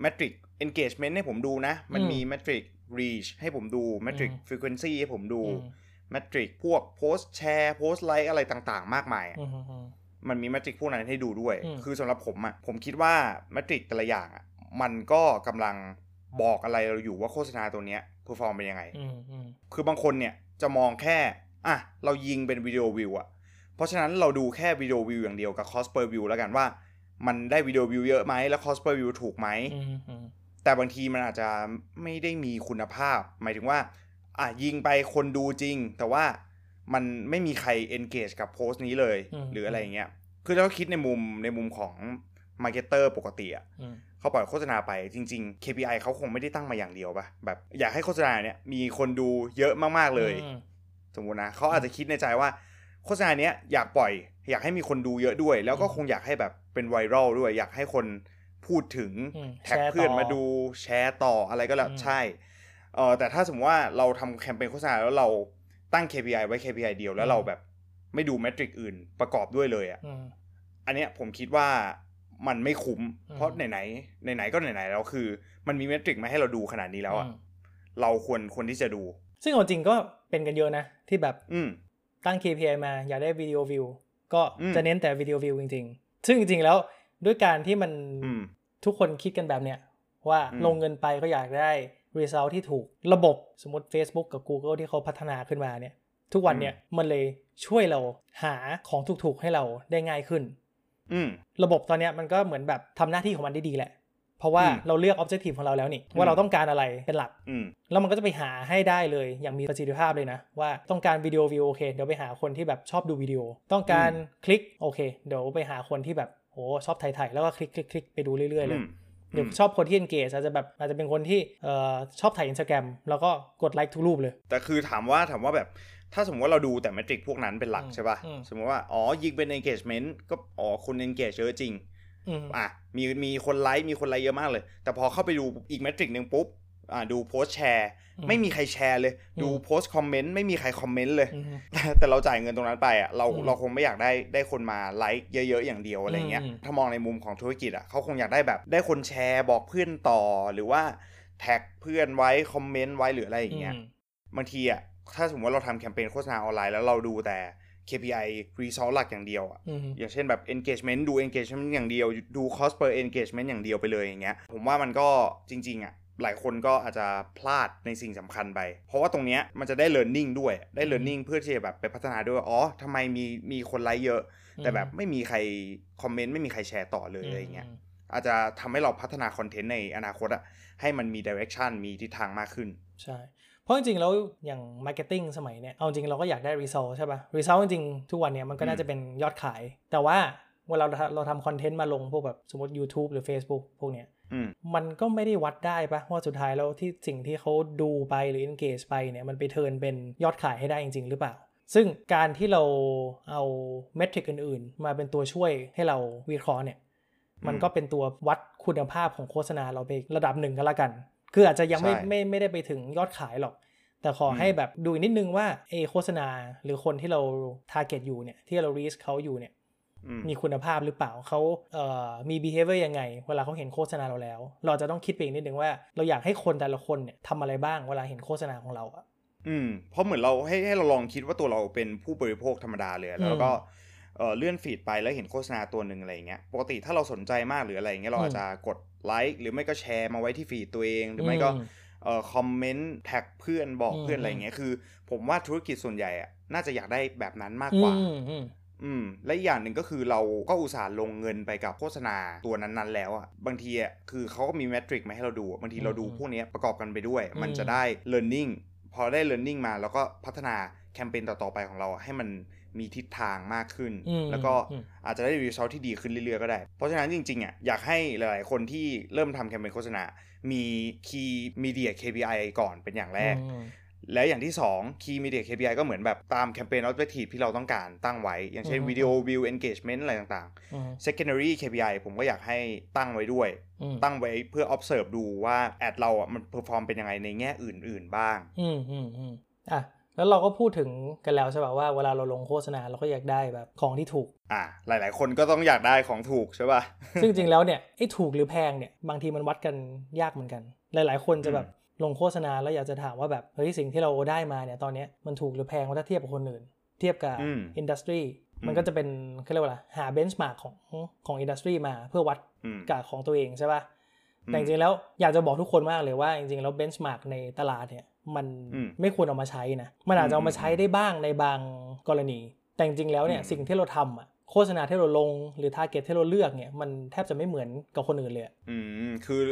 [SPEAKER 1] Metric Engagement ให้ผมดูนะ มัน
[SPEAKER 2] อืม
[SPEAKER 1] มี Metric Reach ให้ผมดู Metric
[SPEAKER 2] อืม
[SPEAKER 1] Frequency ให้ผมดู
[SPEAKER 2] อืม
[SPEAKER 1] แมทริกพวกโพสแชร์โพสไลค์อะไรต่างๆ มากมายอะ
[SPEAKER 2] อืมอืม
[SPEAKER 1] มันมีแมทริกพวกนั้นให้ดูด้วย
[SPEAKER 2] อืม
[SPEAKER 1] คือสำหรับผมอะผมคิดว่าแมทริกแต่ละอย่างอะมันก็กำลังบอกอะไรเราอยู่ว่าโฆษณาตัวเนี้ยเพอร์ฟอร์มเป็นยังไง
[SPEAKER 2] อืมอืม
[SPEAKER 1] คือบางคนเนี่ยจะมองแค่อ่ะเรายิงเป็นวิดีโอวิวอะเพราะฉะนั้นเราดูแค่วิดีโอวิวอย่างเดียวกับคอสเปอร์วิวแล้วกันว่า มันได้วิดีโอวิวเยอะไหมแล้วคอสเปอร์วิวถูกไหม
[SPEAKER 2] อืมอืม
[SPEAKER 1] แต่บางทีมันอาจจะไม่ได้มีคุณภาพ หมายถึงว่า อ่ะยิงไปคนดูจริง แต่ว่ามันไม่มีใคร engage กับโพสต์นี้เลย
[SPEAKER 2] อืม
[SPEAKER 1] หรืออะไรอย่างเงี้ย คือเราคิดในมุมในมุมของ marketer ปกติอะ
[SPEAKER 2] อืม
[SPEAKER 1] เขาปล่อยโฆษณาไปจริง ๆ KPI เขาคงไม่ได้ตั้งมาอย่างเดียวปะแบบ อยากให้โฆษณาเนี่ยมีคนดูเยอะมากๆเลย
[SPEAKER 2] อืม
[SPEAKER 1] สมมตินะเขาอาจจะคิดในใจว่า โฆษณาเนี้ยอยากปล่อย อยากให้มีคนดูเยอะด้วย แล้วก็
[SPEAKER 2] อืม
[SPEAKER 1] คงอยากให้แบบเป็นไวรัลด้วย อยากให้คนพูดถึง
[SPEAKER 2] อืม
[SPEAKER 1] แท็ก
[SPEAKER 2] แชร์ต่อ
[SPEAKER 1] เพื่อนมาดูแชร์ต่ออะไรก็แล้ว
[SPEAKER 2] อืม
[SPEAKER 1] ใช่เออแต่ถ้าสมมติว่าเราทำแคมเปญโฆษณาแล้วเราตั้ง KPI ไว้ KPI เดียวแล้วเราแบบไม่ดูแมทริกอื่นประกอบด้วยเลยอะ่ะ
[SPEAKER 2] อืม
[SPEAKER 1] อันเนี้ยผมคิดว่ามันไม่คุ้ม
[SPEAKER 2] อืม
[SPEAKER 1] เพราะไหนๆไหนๆก็ไหนๆแล้วคือ มันมีแมทริกมาให้เราดูขนาดนี้แล้วอะ่ะ
[SPEAKER 2] อืม
[SPEAKER 1] เราควรควรที่จะดู
[SPEAKER 2] ซึ่งเอาจริงก็เป็นกันเยอะนะ ที่แบบ
[SPEAKER 1] อืม
[SPEAKER 2] ตั้ง KPI มาอยากได้วิดีโอวิวก็
[SPEAKER 1] อืม
[SPEAKER 2] จะเน้นแต่วิดีโอวิวจริง ๆ ซึ่งจริง ๆ แล้วด้วยการที่มัน
[SPEAKER 1] อืม
[SPEAKER 2] ทุกคนคิดกันแบบเนี้ยว่า
[SPEAKER 1] อืม
[SPEAKER 2] ลงเงินไปก็อยากได้ Result ที่ถูกระบบสมมติ Facebook กับ Google ที่เขาพัฒนาขึ้นมาเนี่ย ทุกวันเนี่ยมันเลยช่วยเราหาของถูกๆ ให้เราได้ง่ายขึ้น
[SPEAKER 1] อืม
[SPEAKER 2] ระบบตอนเนี้ยมันก็เหมือนแบบทำหน้าที่ของมันได้ดีแหละ พ เพราะว่า
[SPEAKER 1] อืม
[SPEAKER 2] เราเลือก objective ของเราแล้วนี่
[SPEAKER 1] อื
[SPEAKER 2] ว่าม เราต้องการอะไรเป็นหลัก
[SPEAKER 1] อืม
[SPEAKER 2] แล้วมันก็จะไปหาให้ได้เลยอย่างมีประสิทธิภาพเลยนะ ว่าต้องการวิดีโอวิวโอเค เดี๋ยวไปหาคนที่แบบชอบดูวิดีโอ ต้องการคลิกโอเค เดี๋ยวไปหาคนที่แบบโหชอบถ่ายๆแล้วก็คลิกคลิกคลิกไปดูเรื่อยๆเลย
[SPEAKER 1] อืม
[SPEAKER 2] หรือชอบคนที่ engage อาจจะแบบอาจจะเป็นคนที่เอ่อชอบถ่ายอินสตาแกรมแล้วก็กดไลค์ทุกรูปเลย
[SPEAKER 1] แต่คือถามว่าถามว่าแบบถ้าสมมติว่าเราดูแต่เมทริกพวกนั้นเป็นหลัก
[SPEAKER 2] อืม
[SPEAKER 1] ใช่ป่ะ
[SPEAKER 2] อืม
[SPEAKER 1] สมมติว่า อ๋อ ยิงเป็น engagement ก็อ๋อคน engage เยอะจริง
[SPEAKER 2] อืม
[SPEAKER 1] อ่ะมีมีคนไลค์มีคนไลค์เยอะมากเลย แต่พอเข้าไปดูอีกเมทริกหนึ่งปุ๊บอ่ะดูโพสต์แชร์
[SPEAKER 2] อืม
[SPEAKER 1] ไม่มีใครแชร์เลย ดู
[SPEAKER 2] อืม
[SPEAKER 1] โพสต์คอมเมนต์ไม่มีใครคอมเมนต์เลย
[SPEAKER 2] อืม
[SPEAKER 1] แต่แต่เราจ่ายเงินตรงนั้นไปอ่ะเรา
[SPEAKER 2] อืม
[SPEAKER 1] เราคงไม่อยากได้ได้คนมาไลค์เยอะๆอย่างเดียวอะไรเงี้ย
[SPEAKER 2] อืม
[SPEAKER 1] ถ้ามองในมุมของธุรกิจอ่ะเขาคงอยากได้แบบ ได้คนแชร์บอกเพื่อนต่อหรือว่าแท็กเพื่อนไว้คอมเมนต์ไว้หรืออะไรอย่างเงี้ย บางทีอ่ะถ้าสมมติว่าเราทำแคมเปญโฆษณาออนไลน์แล้วเราดูแต่ KPI result หลักอย่างเดียวอ่ะ
[SPEAKER 2] อืม
[SPEAKER 1] อย่างเช่นแบบ engagement ดู engagement อย่างเดียว ดู cost per engagement อย่างเดียวไปเลยอย่างเงี้ยผมว่ามันก็จริง ๆ อ่ะ หลายคนก็อาจจะพลาดในสิ่งสำคัญไป เพราะว่าตรงเนี้ยมันจะได้ learning ด้วยได้ learning เพื่อที่จะแบบไปพัฒนาด้วยว่าอ๋อทำไมมีมีคนไลค์เยอะ แต่แบบไม่มีใครคอมเมนต์ไม่มีใครแชร์ต่อเลยอะไรอย่างเงี้ยอาจจะทำให้เราพัฒนาคอนเทนต์ในอนาคตอ่ะให้มันมี direction มีทิศทางมากขึ้น
[SPEAKER 2] ใช่ เพราะจริงๆ แล้วอย่างมาร์เก็ตติ้งสมัยเนี่ยเอาจริงเราก็อยากได้ result ใช่ป่ะ result จริงๆ ทุกวันเนี่ยมันก็น่าจะเป็นยอดขาย แต่ว่าเวลาเราเราทำคอนเทนต์มาลงพวกแบบสมมติ YouTube หรือ Facebook พวกเนี้ย
[SPEAKER 1] อืม
[SPEAKER 2] มันก็ไม่ได้วัดได้ปะว่าสุดท้ายแล้วที่สิ่งที่เขาดูไปหรือ engage ไปเนี่ยมันไปเทิร์นเป็นยอดขายให้ได้จริง ๆ หรือเปล่า ซึ่งการที่เราเอาเมทริกอื่นๆ มาเป็นตัวช่วยให้เราวิเคราะห์เนี่ยมันก็เป็นตัววัดคุณภาพของโฆษณาเราไประดับหนึ่งก็แล้วกัน คืออาจจะยังไม่
[SPEAKER 1] ใช่
[SPEAKER 2] ไม่ไม่ได้ไปถึงยอดขายหรอก แต่ขอให้แบบดูอีกนิดนึงว่าเอโฆษณาหรือคนที่เรา t a r g e t อยู่เนี่ย ที่เรา reach เขาอยู่เนี่ย
[SPEAKER 1] อืม
[SPEAKER 2] มีคุณภาพหรือเปล่าเขาเอ่อมี behavior ยังไง เวลาเขาเห็นโฆษณาเราแล้ว เราจะต้องคิดไปอีกนิดนึงว่าเราอยากให้คนแต่ละคนเนี่ยทำอะไรบ้างเวลาเห็นโฆษณาของเราอะ
[SPEAKER 1] อืมเพราะเหมือนเราให้ให้เราลองคิดว่าตัวเราเป็นผู้บริโภคธรรมดาเลย แล้วก็เอ่อเลื่อนฟีดไปแล้วเห็นโฆษณาตัวหนึ่งอะไรอย่างเงี้ยปกติถ้าเราสนใจมากหรืออะไรอย่างเงี้ยเราอาจจะกดไลค์หรือไม่ก็แชร์มาไว้ที่ฟีดตัวเอง หรือไม่ก็
[SPEAKER 2] อืม
[SPEAKER 1] เอ่อคอมเมนต์แท็กเพื่อนบอก
[SPEAKER 2] อืม
[SPEAKER 1] เพื่อนอะไรอย่างเงี้ยคือ ผมว่าธุรกิจส่วนใหญ่อะน่าจะอยากได้แบบนั้นมากกว่า
[SPEAKER 2] อืมอืม
[SPEAKER 1] อืมและอีกอย่างหนึ่งก็คือเราก็อุตส่าห์ลงเงินไปกับโฆษณาตัวนั้นๆ แล้วอ่ะบางทีอ่ะคือเขาก็มีแมทริกมาให้เราดูอะบางทีเราดู
[SPEAKER 2] อืม
[SPEAKER 1] พวกเนี้ยประกอบกันไปด้วย มัน
[SPEAKER 2] อืม
[SPEAKER 1] จะได้ learning พอได้ learning มาแล้วก็พัฒนาแคมเปญต่อๆไปของเราอะให้มันมีทิศทางมากขึ้น
[SPEAKER 2] อืม
[SPEAKER 1] แล้วก็
[SPEAKER 2] อืม
[SPEAKER 1] อาจจะได้ result ที่ดีขึ้นเรื่อยๆก็ได้ เพราะฉะนั้นจริงๆอ่ะอยากให้หลายๆคนที่เริ่มทำแคมเปญโฆษณา มี key media KPI ก่อนเป็นอย่างแรก แล้วอย่างที่ 2 Key Media KPI ก็เหมือนแบบตามแคมเปญ Objective ที่เราต้องการตั้งไว้ อย่างเช่น
[SPEAKER 2] อืม
[SPEAKER 1] วิดีโอวิว engagement อะไรต่าง
[SPEAKER 2] อืม
[SPEAKER 1] ๆ secondary KPI ผมก็อยากให้ตั้งไว้ด้วย
[SPEAKER 2] อืม
[SPEAKER 1] ตั้งไว้เพื่อ observe ดูว่า แอดเราอ่ะมัน perform เป็นยังไงในแง่อื่นๆบ้าง
[SPEAKER 2] อืมอืมอืมอ่ะแล้วเราก็พูดถึงกันแล้วใช่ป่ะว่าเวลาเราลงโฆษณาเราก็อยากได้แบบของที่ถูก
[SPEAKER 1] อ่า หลายๆ คนก็ต้องอยากได้ของถูกใช่ป่ะ
[SPEAKER 2] ซึ่งจริงแล้วเนี่ยไอ้ถูกหรือแพงเนี่ยบางทีมันวัดกันยากเหมือนกัน หลาย ๆ คนจะแบบลงโฆษณาแล้วอยากจะถามว่าแบบเฮ้ยสิ่งที่เราได้มาเนี่ยตอนเนี้ยมันถูกหรือแพงว่าถ้าเทียบกับคนอื่น เทียบกับ
[SPEAKER 1] อืม
[SPEAKER 2] อินดัสทรี
[SPEAKER 1] ม
[SPEAKER 2] มันก็จะเป็นเขาเรียกว่าอะไรหาเบนช์มาร์กของของอินดัสทรีมาเพื่อวัด
[SPEAKER 1] อืม
[SPEAKER 2] กับของตัวเองใช่ป่ะ
[SPEAKER 1] อืม
[SPEAKER 2] แต่จริงๆแล้วอยากจะบอกทุกคนมากเลยว่าจริงๆแล้วเบนช์มาร์กในตลาดเนี่ยมัน
[SPEAKER 1] อืม
[SPEAKER 2] ไม่ควรเอามาใช้นะมันอาจจะเอามาใช้ได้บ้างในบางกรณี แต่จริงๆแล้วเนี่ย
[SPEAKER 1] อืม
[SPEAKER 2] สิ่งที่เราทำอะโฆษณาที่เราลงหรือทาร์เก็ตที่เราเลือกเนี่ยมันแทบจะไม่เหมือนกับคนอื่นเลยอะ
[SPEAKER 1] อืมคือ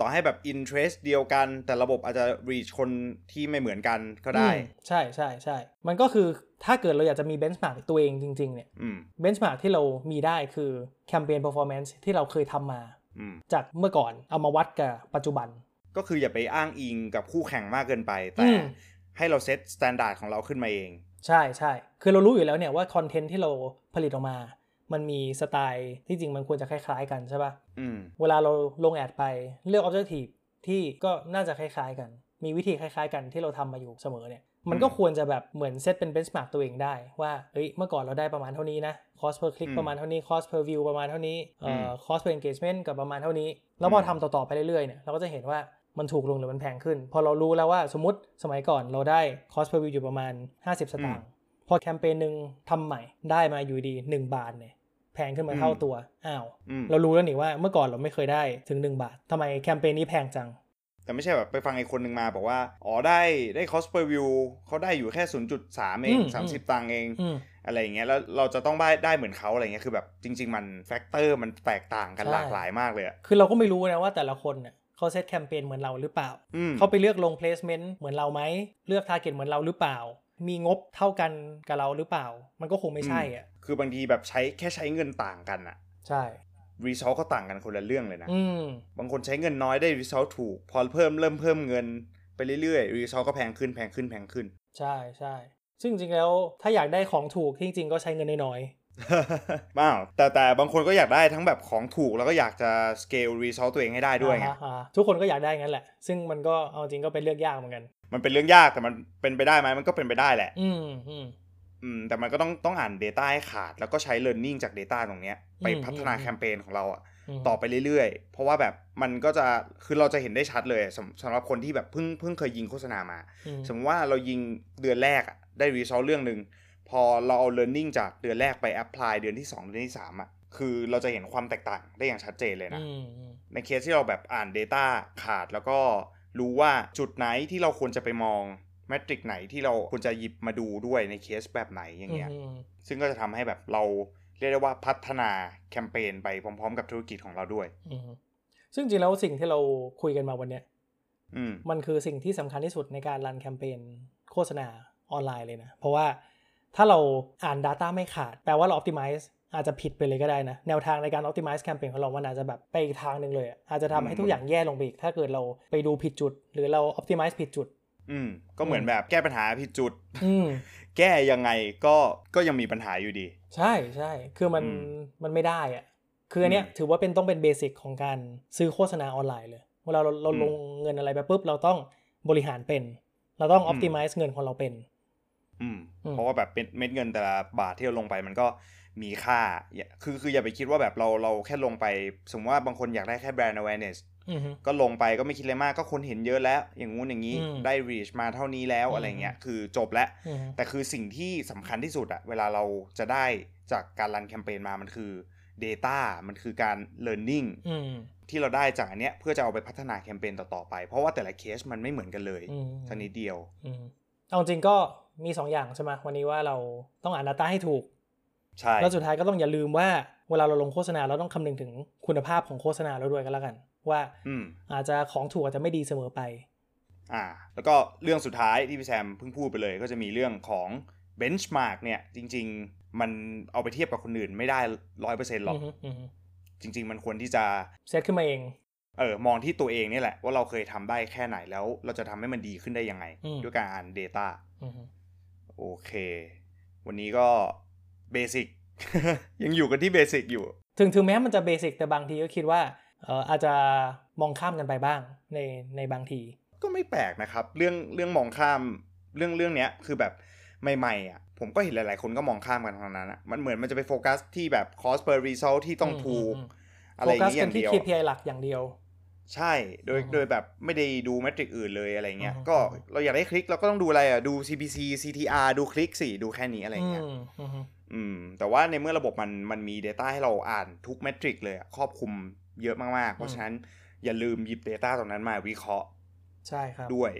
[SPEAKER 1] ต่อให้แบบ interest เดียวกัน แต่ระบบอาจจะ reach คนที่ไม่เหมือนกันก็ได้
[SPEAKER 2] อืมใช่ใช่ใช่มันก็คือถ้าเกิดเราอยากจะมีเบนช์มาร์กตัวเองจริง ๆ เนี่ย
[SPEAKER 1] อืม
[SPEAKER 2] เบนช์มาร์กที่เรามีได้คือแคมเปญ performance ที่เราเคยทำมา
[SPEAKER 1] อืม
[SPEAKER 2] จากเมื่อก่อนเอามาวัดกับปัจจุบัน
[SPEAKER 1] ก็คืออย่าไปอ้างอิงกับคู่แข่งมากเกินไป แต่
[SPEAKER 2] อืม
[SPEAKER 1] ให้เราเซตสแตนดาร์ดของเราขึ้นมาเอง
[SPEAKER 2] ใช่ใช่คือเรารู้อยู่แล้วเนี่ยว่าคอนเทนต์ที่เราผลิตออกมา มันมีสไตล์ที่จริงมันควรจะคล้าย ๆ กันใช่ป่ะ
[SPEAKER 1] อืม
[SPEAKER 2] เวลาเราลงแอดไปเลือก objective ที่ก็น่าจะคล้ายๆกัน มีวิธีคล้ายๆกันที่เราทำมาอยู่เสมอเนี่ย มันก็
[SPEAKER 1] อืม
[SPEAKER 2] ควรจะแบบเหมือนเซตเป็น benchmark ตัวเองได้ ว่าเอ้ยเมื่อก่อนเราได้ประมาณเท่านี้นะ cost per click
[SPEAKER 1] อืม
[SPEAKER 2] ประมาณเท่านี้ cost per view ประมาณเท่านี้เอ่ออ
[SPEAKER 1] ม
[SPEAKER 2] cost per engagement กับประมาณเท่านี้ แล้วพออ
[SPEAKER 1] ม
[SPEAKER 2] ทำต่อๆไปเรื่อยๆเนี่ยเราก็จะเห็นว่ามันถูกลงหรือมันแพงขึ้น พอเรารู้แล้วว่าสมมติสมัยก่อนเราได้ cost per view อยู่ประมาณ 50 สตางค์พอแคมเปญหนึ่งทำใหม่ได้มาอยู่ดีหนึ่งบาทเนี่ยแพงขึ้นมาเท่าตัวอ้าว
[SPEAKER 1] อืม
[SPEAKER 2] เรารู้แล้วนี่ว่าเมื่อก่อนเราไม่เคยได้ถึง 1 บาท ทำไมแคมเปญนี้แพงจัง
[SPEAKER 1] แต่ไม่ใช่แบบไปฟังไอ้คนหนึ่งมาบอกว่า อ๋อได้ได้คอสเปอร์วิวเขาได้อยู่แค่ 0.3 เอง
[SPEAKER 2] อืมอืม
[SPEAKER 1] 30 ตังค์เอง
[SPEAKER 2] อืม
[SPEAKER 1] ไอ อะไรอย่างเงี้ยแล้วเราจะต้องได้ได้เหมือนเขาอะไรเงี้ยคือแบบจริง ๆ มันแฟกเตอร์มันแตกต่างกัน
[SPEAKER 2] ใช่
[SPEAKER 1] หลากหลายมากเลยอะ
[SPEAKER 2] คือเราก็ไม่รู้นะว่าแต่ละคนเนี่ยเขาเซตแคมเปญเหมือนเราหรือเปล่า
[SPEAKER 1] อืม
[SPEAKER 2] เขาไปเลือกลง placement เหมือนเราไหม เลือก target เหมือนเราหรือเปล่า มีงบเท่ากันกับเราหรือเปล่า มันก็คงไม่ใช่อ่ะ
[SPEAKER 1] คือบางทีแบบใช้แค่ใช้เงินต่างกันอะ
[SPEAKER 2] ใช่
[SPEAKER 1] รีซอสก็ต่างกันคนละเรื่องเลยนะ
[SPEAKER 2] อืม
[SPEAKER 1] บางคนใช้เงินน้อยได้รีซอสถูก พอเพิ่มเริ่มเพิ่มเงินไปเรื่อยๆรีซอสก็แพงขึ้นแพงขึ้นแพงขึ้น
[SPEAKER 2] ใช่ใช่ ซึ่งจริงๆแล้วถ้าอยากได้ของถูกที่จริงๆก็ใช้เงินน้อย
[SPEAKER 1] อ้าวแต่แต่บางคนก็อยากได้ทั้งแบบของถูกแล้วก็อยากจะสเกลรีซอสตัวเองให้ได้
[SPEAKER 2] ๆ
[SPEAKER 1] ด้วยไง
[SPEAKER 2] อ่าฮะอ่าทุกคนก็อยากได้งั้นแหละ ซึ่งมันก็เอาจริงก็เป็นเลือกยากเหมือนกัน
[SPEAKER 1] มันเป็นเรื่องยากแต่มันเป็นไปได้ไหมมันก็เป็นไปได้แหละ
[SPEAKER 2] อืมอืม
[SPEAKER 1] อืมแต่มันก็ต้องต้องอ่าน Data ให้ขาด แล้วก็ใช้ Learning จาก Data ตรงเนี้ยไป
[SPEAKER 2] อืม
[SPEAKER 1] พัฒนา
[SPEAKER 2] อืม
[SPEAKER 1] แคมเปญของเราอะ
[SPEAKER 2] ม
[SPEAKER 1] ต่อไปเรื่อยๆ เพราะว่าแบบมันก็จะคือเราจะเห็นได้ชัดเลยสำสำหรับคนที่แบบเพิ่งเพิ่งเคยยิงโฆษณามา
[SPEAKER 2] อืม
[SPEAKER 1] สมมติว่าเรายิงเดือนแรกอะได้รีซอสเรื่องหนึ่งพอเราเอา learning จากเดือนแรกไป apply เดือนที่ 2 เดือนที่3อะคือเราจะเห็นความแตกต่างได้อย่างชัดเจนเลยนะ
[SPEAKER 2] อืมอืม
[SPEAKER 1] ในเคสที่เราแบบอ่าน Data ขาดแล้วก็รู้ว่าจุดไหนที่เราควรจะไปมองแมทริกไหนที่เราควรจะหยิบมาดูด้วยในเคสแบบไหนอย่างเงี้ย
[SPEAKER 2] อืม
[SPEAKER 1] ซึ่งก็จะทำให้แบบเราเรียกได้ว่าพัฒนาแคมเปญไปพร้อมๆ กับธุรกิจของเราด้วย
[SPEAKER 2] อืมซึ่งจริงๆแล้วสิ่งที่เราคุยกันมาวันเนี้ย
[SPEAKER 1] อืม
[SPEAKER 2] มันคือสิ่งที่สำคัญที่สุดในการรันแคมเปญโฆษณาออนไลน์เลยนะ เพราะว่าถ้าเราอ่าน Data ไม่ขาด แปลว่าเรา optimize อาจจะผิดไปเลยก็ได้นะ แนวทางในการ optimize แคมเปญของเรามันอาจจะแบบไปอีกทางหนึ่งเลยอะอาจจะทำให้ทุกอย่างแย่ลงไปอีก ถ้าเกิดเราไปดูผิดจุด หรือเรา optimize ผิดจุด
[SPEAKER 1] อืม ก็เหมือนแบบแก้ปัญหาผิดจุด
[SPEAKER 2] อืม
[SPEAKER 1] แก้ยังไงก็ก็ยังมีปัญหาอยู่ดี
[SPEAKER 2] ใช่ใช่ คือมัน
[SPEAKER 1] อืม
[SPEAKER 2] มันไม่ได้อะคืออันเนี้ย
[SPEAKER 1] อืม
[SPEAKER 2] ถือว่าเป็นต้องเป็นเบสิกของการซื้อโฆษณาออนไลน์เลย เวลาเราเรา
[SPEAKER 1] อืม
[SPEAKER 2] ลงเงินอะไรไปปุ๊บเราต้องบริหารเป็น เราต้อง
[SPEAKER 1] อืม
[SPEAKER 2] optimize เงินของเราเป็น
[SPEAKER 1] อืม
[SPEAKER 2] อืม
[SPEAKER 1] เพราะว่าแบบเม็ดเม็ดเงินแต่ละบาทที่เราลงไปมันก็มีค่าอย่าคือคืออย่าไปคิดว่าแบบเราเราแค่ลงไป สมมติว่าบางคนอยากได้แค่ brand awareness
[SPEAKER 2] อือฮึ
[SPEAKER 1] ก็ลงไปก็ไม่คิดอะไรมากก็คนเห็นเยอะแล้ว อย่างงู้นอย่างนี้
[SPEAKER 2] อืม
[SPEAKER 1] ได้ reach มาเท่านี้แล้ว
[SPEAKER 2] อืม
[SPEAKER 1] อะไรเงี้ยคือจบแล้ว
[SPEAKER 2] อือฮึ
[SPEAKER 1] แต่คือสิ่งที่สำคัญที่สุดอะเวลาเราจะได้จากการรันแคมเปญมามันคือ Data มันคือการ Learning
[SPEAKER 2] อืม
[SPEAKER 1] ที่เราได้จากอันเนี้ยเพื่อจะเอาไปพัฒนาแคมเปญต่อๆไป เพราะว่าแต่ละเคสมันไม่เหมือนกันเลย
[SPEAKER 2] อืม
[SPEAKER 1] ชนิดเดียว
[SPEAKER 2] อืมเอาจริงก็มีสองอย่างใช่ไหมวันนี้ว่าเราต้องอ่าน Data ให้ถูก
[SPEAKER 1] ใช่
[SPEAKER 2] แล้วสุดท้ายก็ต้องอย่าลืมว่าเวลาเราลงโฆษณาเราต้องคำนึงถึงคุณภาพของโฆษณาเราด้วยก็แล้วกัน ว่า
[SPEAKER 1] อืม
[SPEAKER 2] อาจจะของถูกอาจจะไม่ดีเสมอไป
[SPEAKER 1] อ่า แล้วก็เรื่องสุดท้ายที่พี่แซมเพิ่งพูดไปเลย ก็จะมีเรื่องของ benchmark เนี่ยจริง ๆ มันเอาไปเทียบกับคนอื่นไม่ได้ร้อยเปอร์เซ็นต์หรอก
[SPEAKER 2] อือฮึอือฮึ
[SPEAKER 1] จริง ๆ มันควรที่จะ
[SPEAKER 2] เซตขึ้นมาเอง
[SPEAKER 1] เออมองที่ตัวเองนี่แหละ ว่าเราเคยทำได้แค่ไหนแล้ว เราจะทำให้มันดีขึ้นได้ยังไง
[SPEAKER 2] อืม
[SPEAKER 1] ด้วยการอ่าน Data
[SPEAKER 2] อือฮึ
[SPEAKER 1] โอเค วันนี้ก็เบสิก ยังอยู่กันที่เบสิกอยู่
[SPEAKER 2] ถึงถึงแม้มันจะเบสิกแต่บางทีก็คิดว่าเอออาจจะมองข้ามกันไปบ้างในในบางที
[SPEAKER 1] ก็ไม่แปลกนะครับ เรื่องเรื่องมองข้ามเรื่องเรื่องเนี้ยคือแบบใหม่ๆอ่ะผมก็เห็นหลายๆคนก็มองข้ามกันทางนั้นอะมันเหมือนมันจะไปโฟกัสที่แบบ cost per result ที่ต้อง
[SPEAKER 2] อืม
[SPEAKER 1] ถูก
[SPEAKER 2] อืม
[SPEAKER 1] อะไร
[SPEAKER 2] โฟ
[SPEAKER 1] อย่าง
[SPEAKER 2] กัส
[SPEAKER 1] เงี้ยอ
[SPEAKER 2] กัน
[SPEAKER 1] ย่าง
[SPEAKER 2] ที่
[SPEAKER 1] เดียว
[SPEAKER 2] KPI หลักอย่างเดียว
[SPEAKER 1] ใช่ โดย
[SPEAKER 2] อือฮึ
[SPEAKER 1] โดยแบบไม่ได้ดูแมทริกอื่นเลยอะไรเงี้ย
[SPEAKER 2] อือฮึ
[SPEAKER 1] ก็เราอยากได้คลิกเราก็ต้องดูอะไรอ่ะ ดู CPC CTR ดูคลิกสิ ดูแค่นี้อะไรเงี้ย
[SPEAKER 2] อืมอือฮึ
[SPEAKER 1] อืม แต่ว่าในเมื่อระบบมันมันมี Data ให้เราอ่านทุกแมทริกเลยอะครอบคลุมเยอะมาก ๆ เพราะฉะนั้นอย่าลืมหยิบ Data ตรงนั้นมาวิเคราะห์
[SPEAKER 2] ใช่ครับ
[SPEAKER 1] ด้วย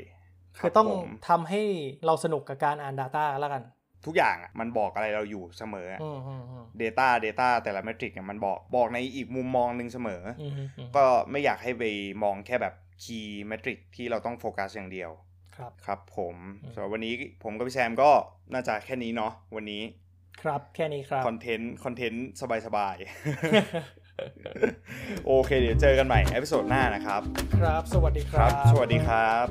[SPEAKER 2] คือต้อง
[SPEAKER 1] ผม
[SPEAKER 2] ทำให้เราสนุกกับการอ่าน Data แล้วกัน
[SPEAKER 1] ทุกอย่างอะมันบอกอะไรเราอยู่เสมออะ
[SPEAKER 2] อืมอืมอืม
[SPEAKER 1] Data Data แต่ละแมทริกเนี่ยมันบอกบอกในอีกมุมมองหนึ่งเสมออ
[SPEAKER 2] อืมอืมอืม
[SPEAKER 1] ก็ไม่อยากให้ไปมองแค่แบบ Key Metric ที่เราต้องโฟกัสอย่างเดียว
[SPEAKER 2] ครับ
[SPEAKER 1] ครับผม
[SPEAKER 2] อืม
[SPEAKER 1] สำหรับวันนี้ผมกับพี่แซมก็น่าจะแค่นี้เนาะวันนี้
[SPEAKER 2] ครับแค่นี้ครับ
[SPEAKER 1] คอนเทนต์คอนเทนต์สบาย ๆ โอเคเดี๋ยวเจอกันใหม่ เอพิโซดหน้านะครับ
[SPEAKER 2] ครับ สวัสดีค
[SPEAKER 1] ค
[SPEAKER 2] รั
[SPEAKER 1] รับ บ สวัสดีครับ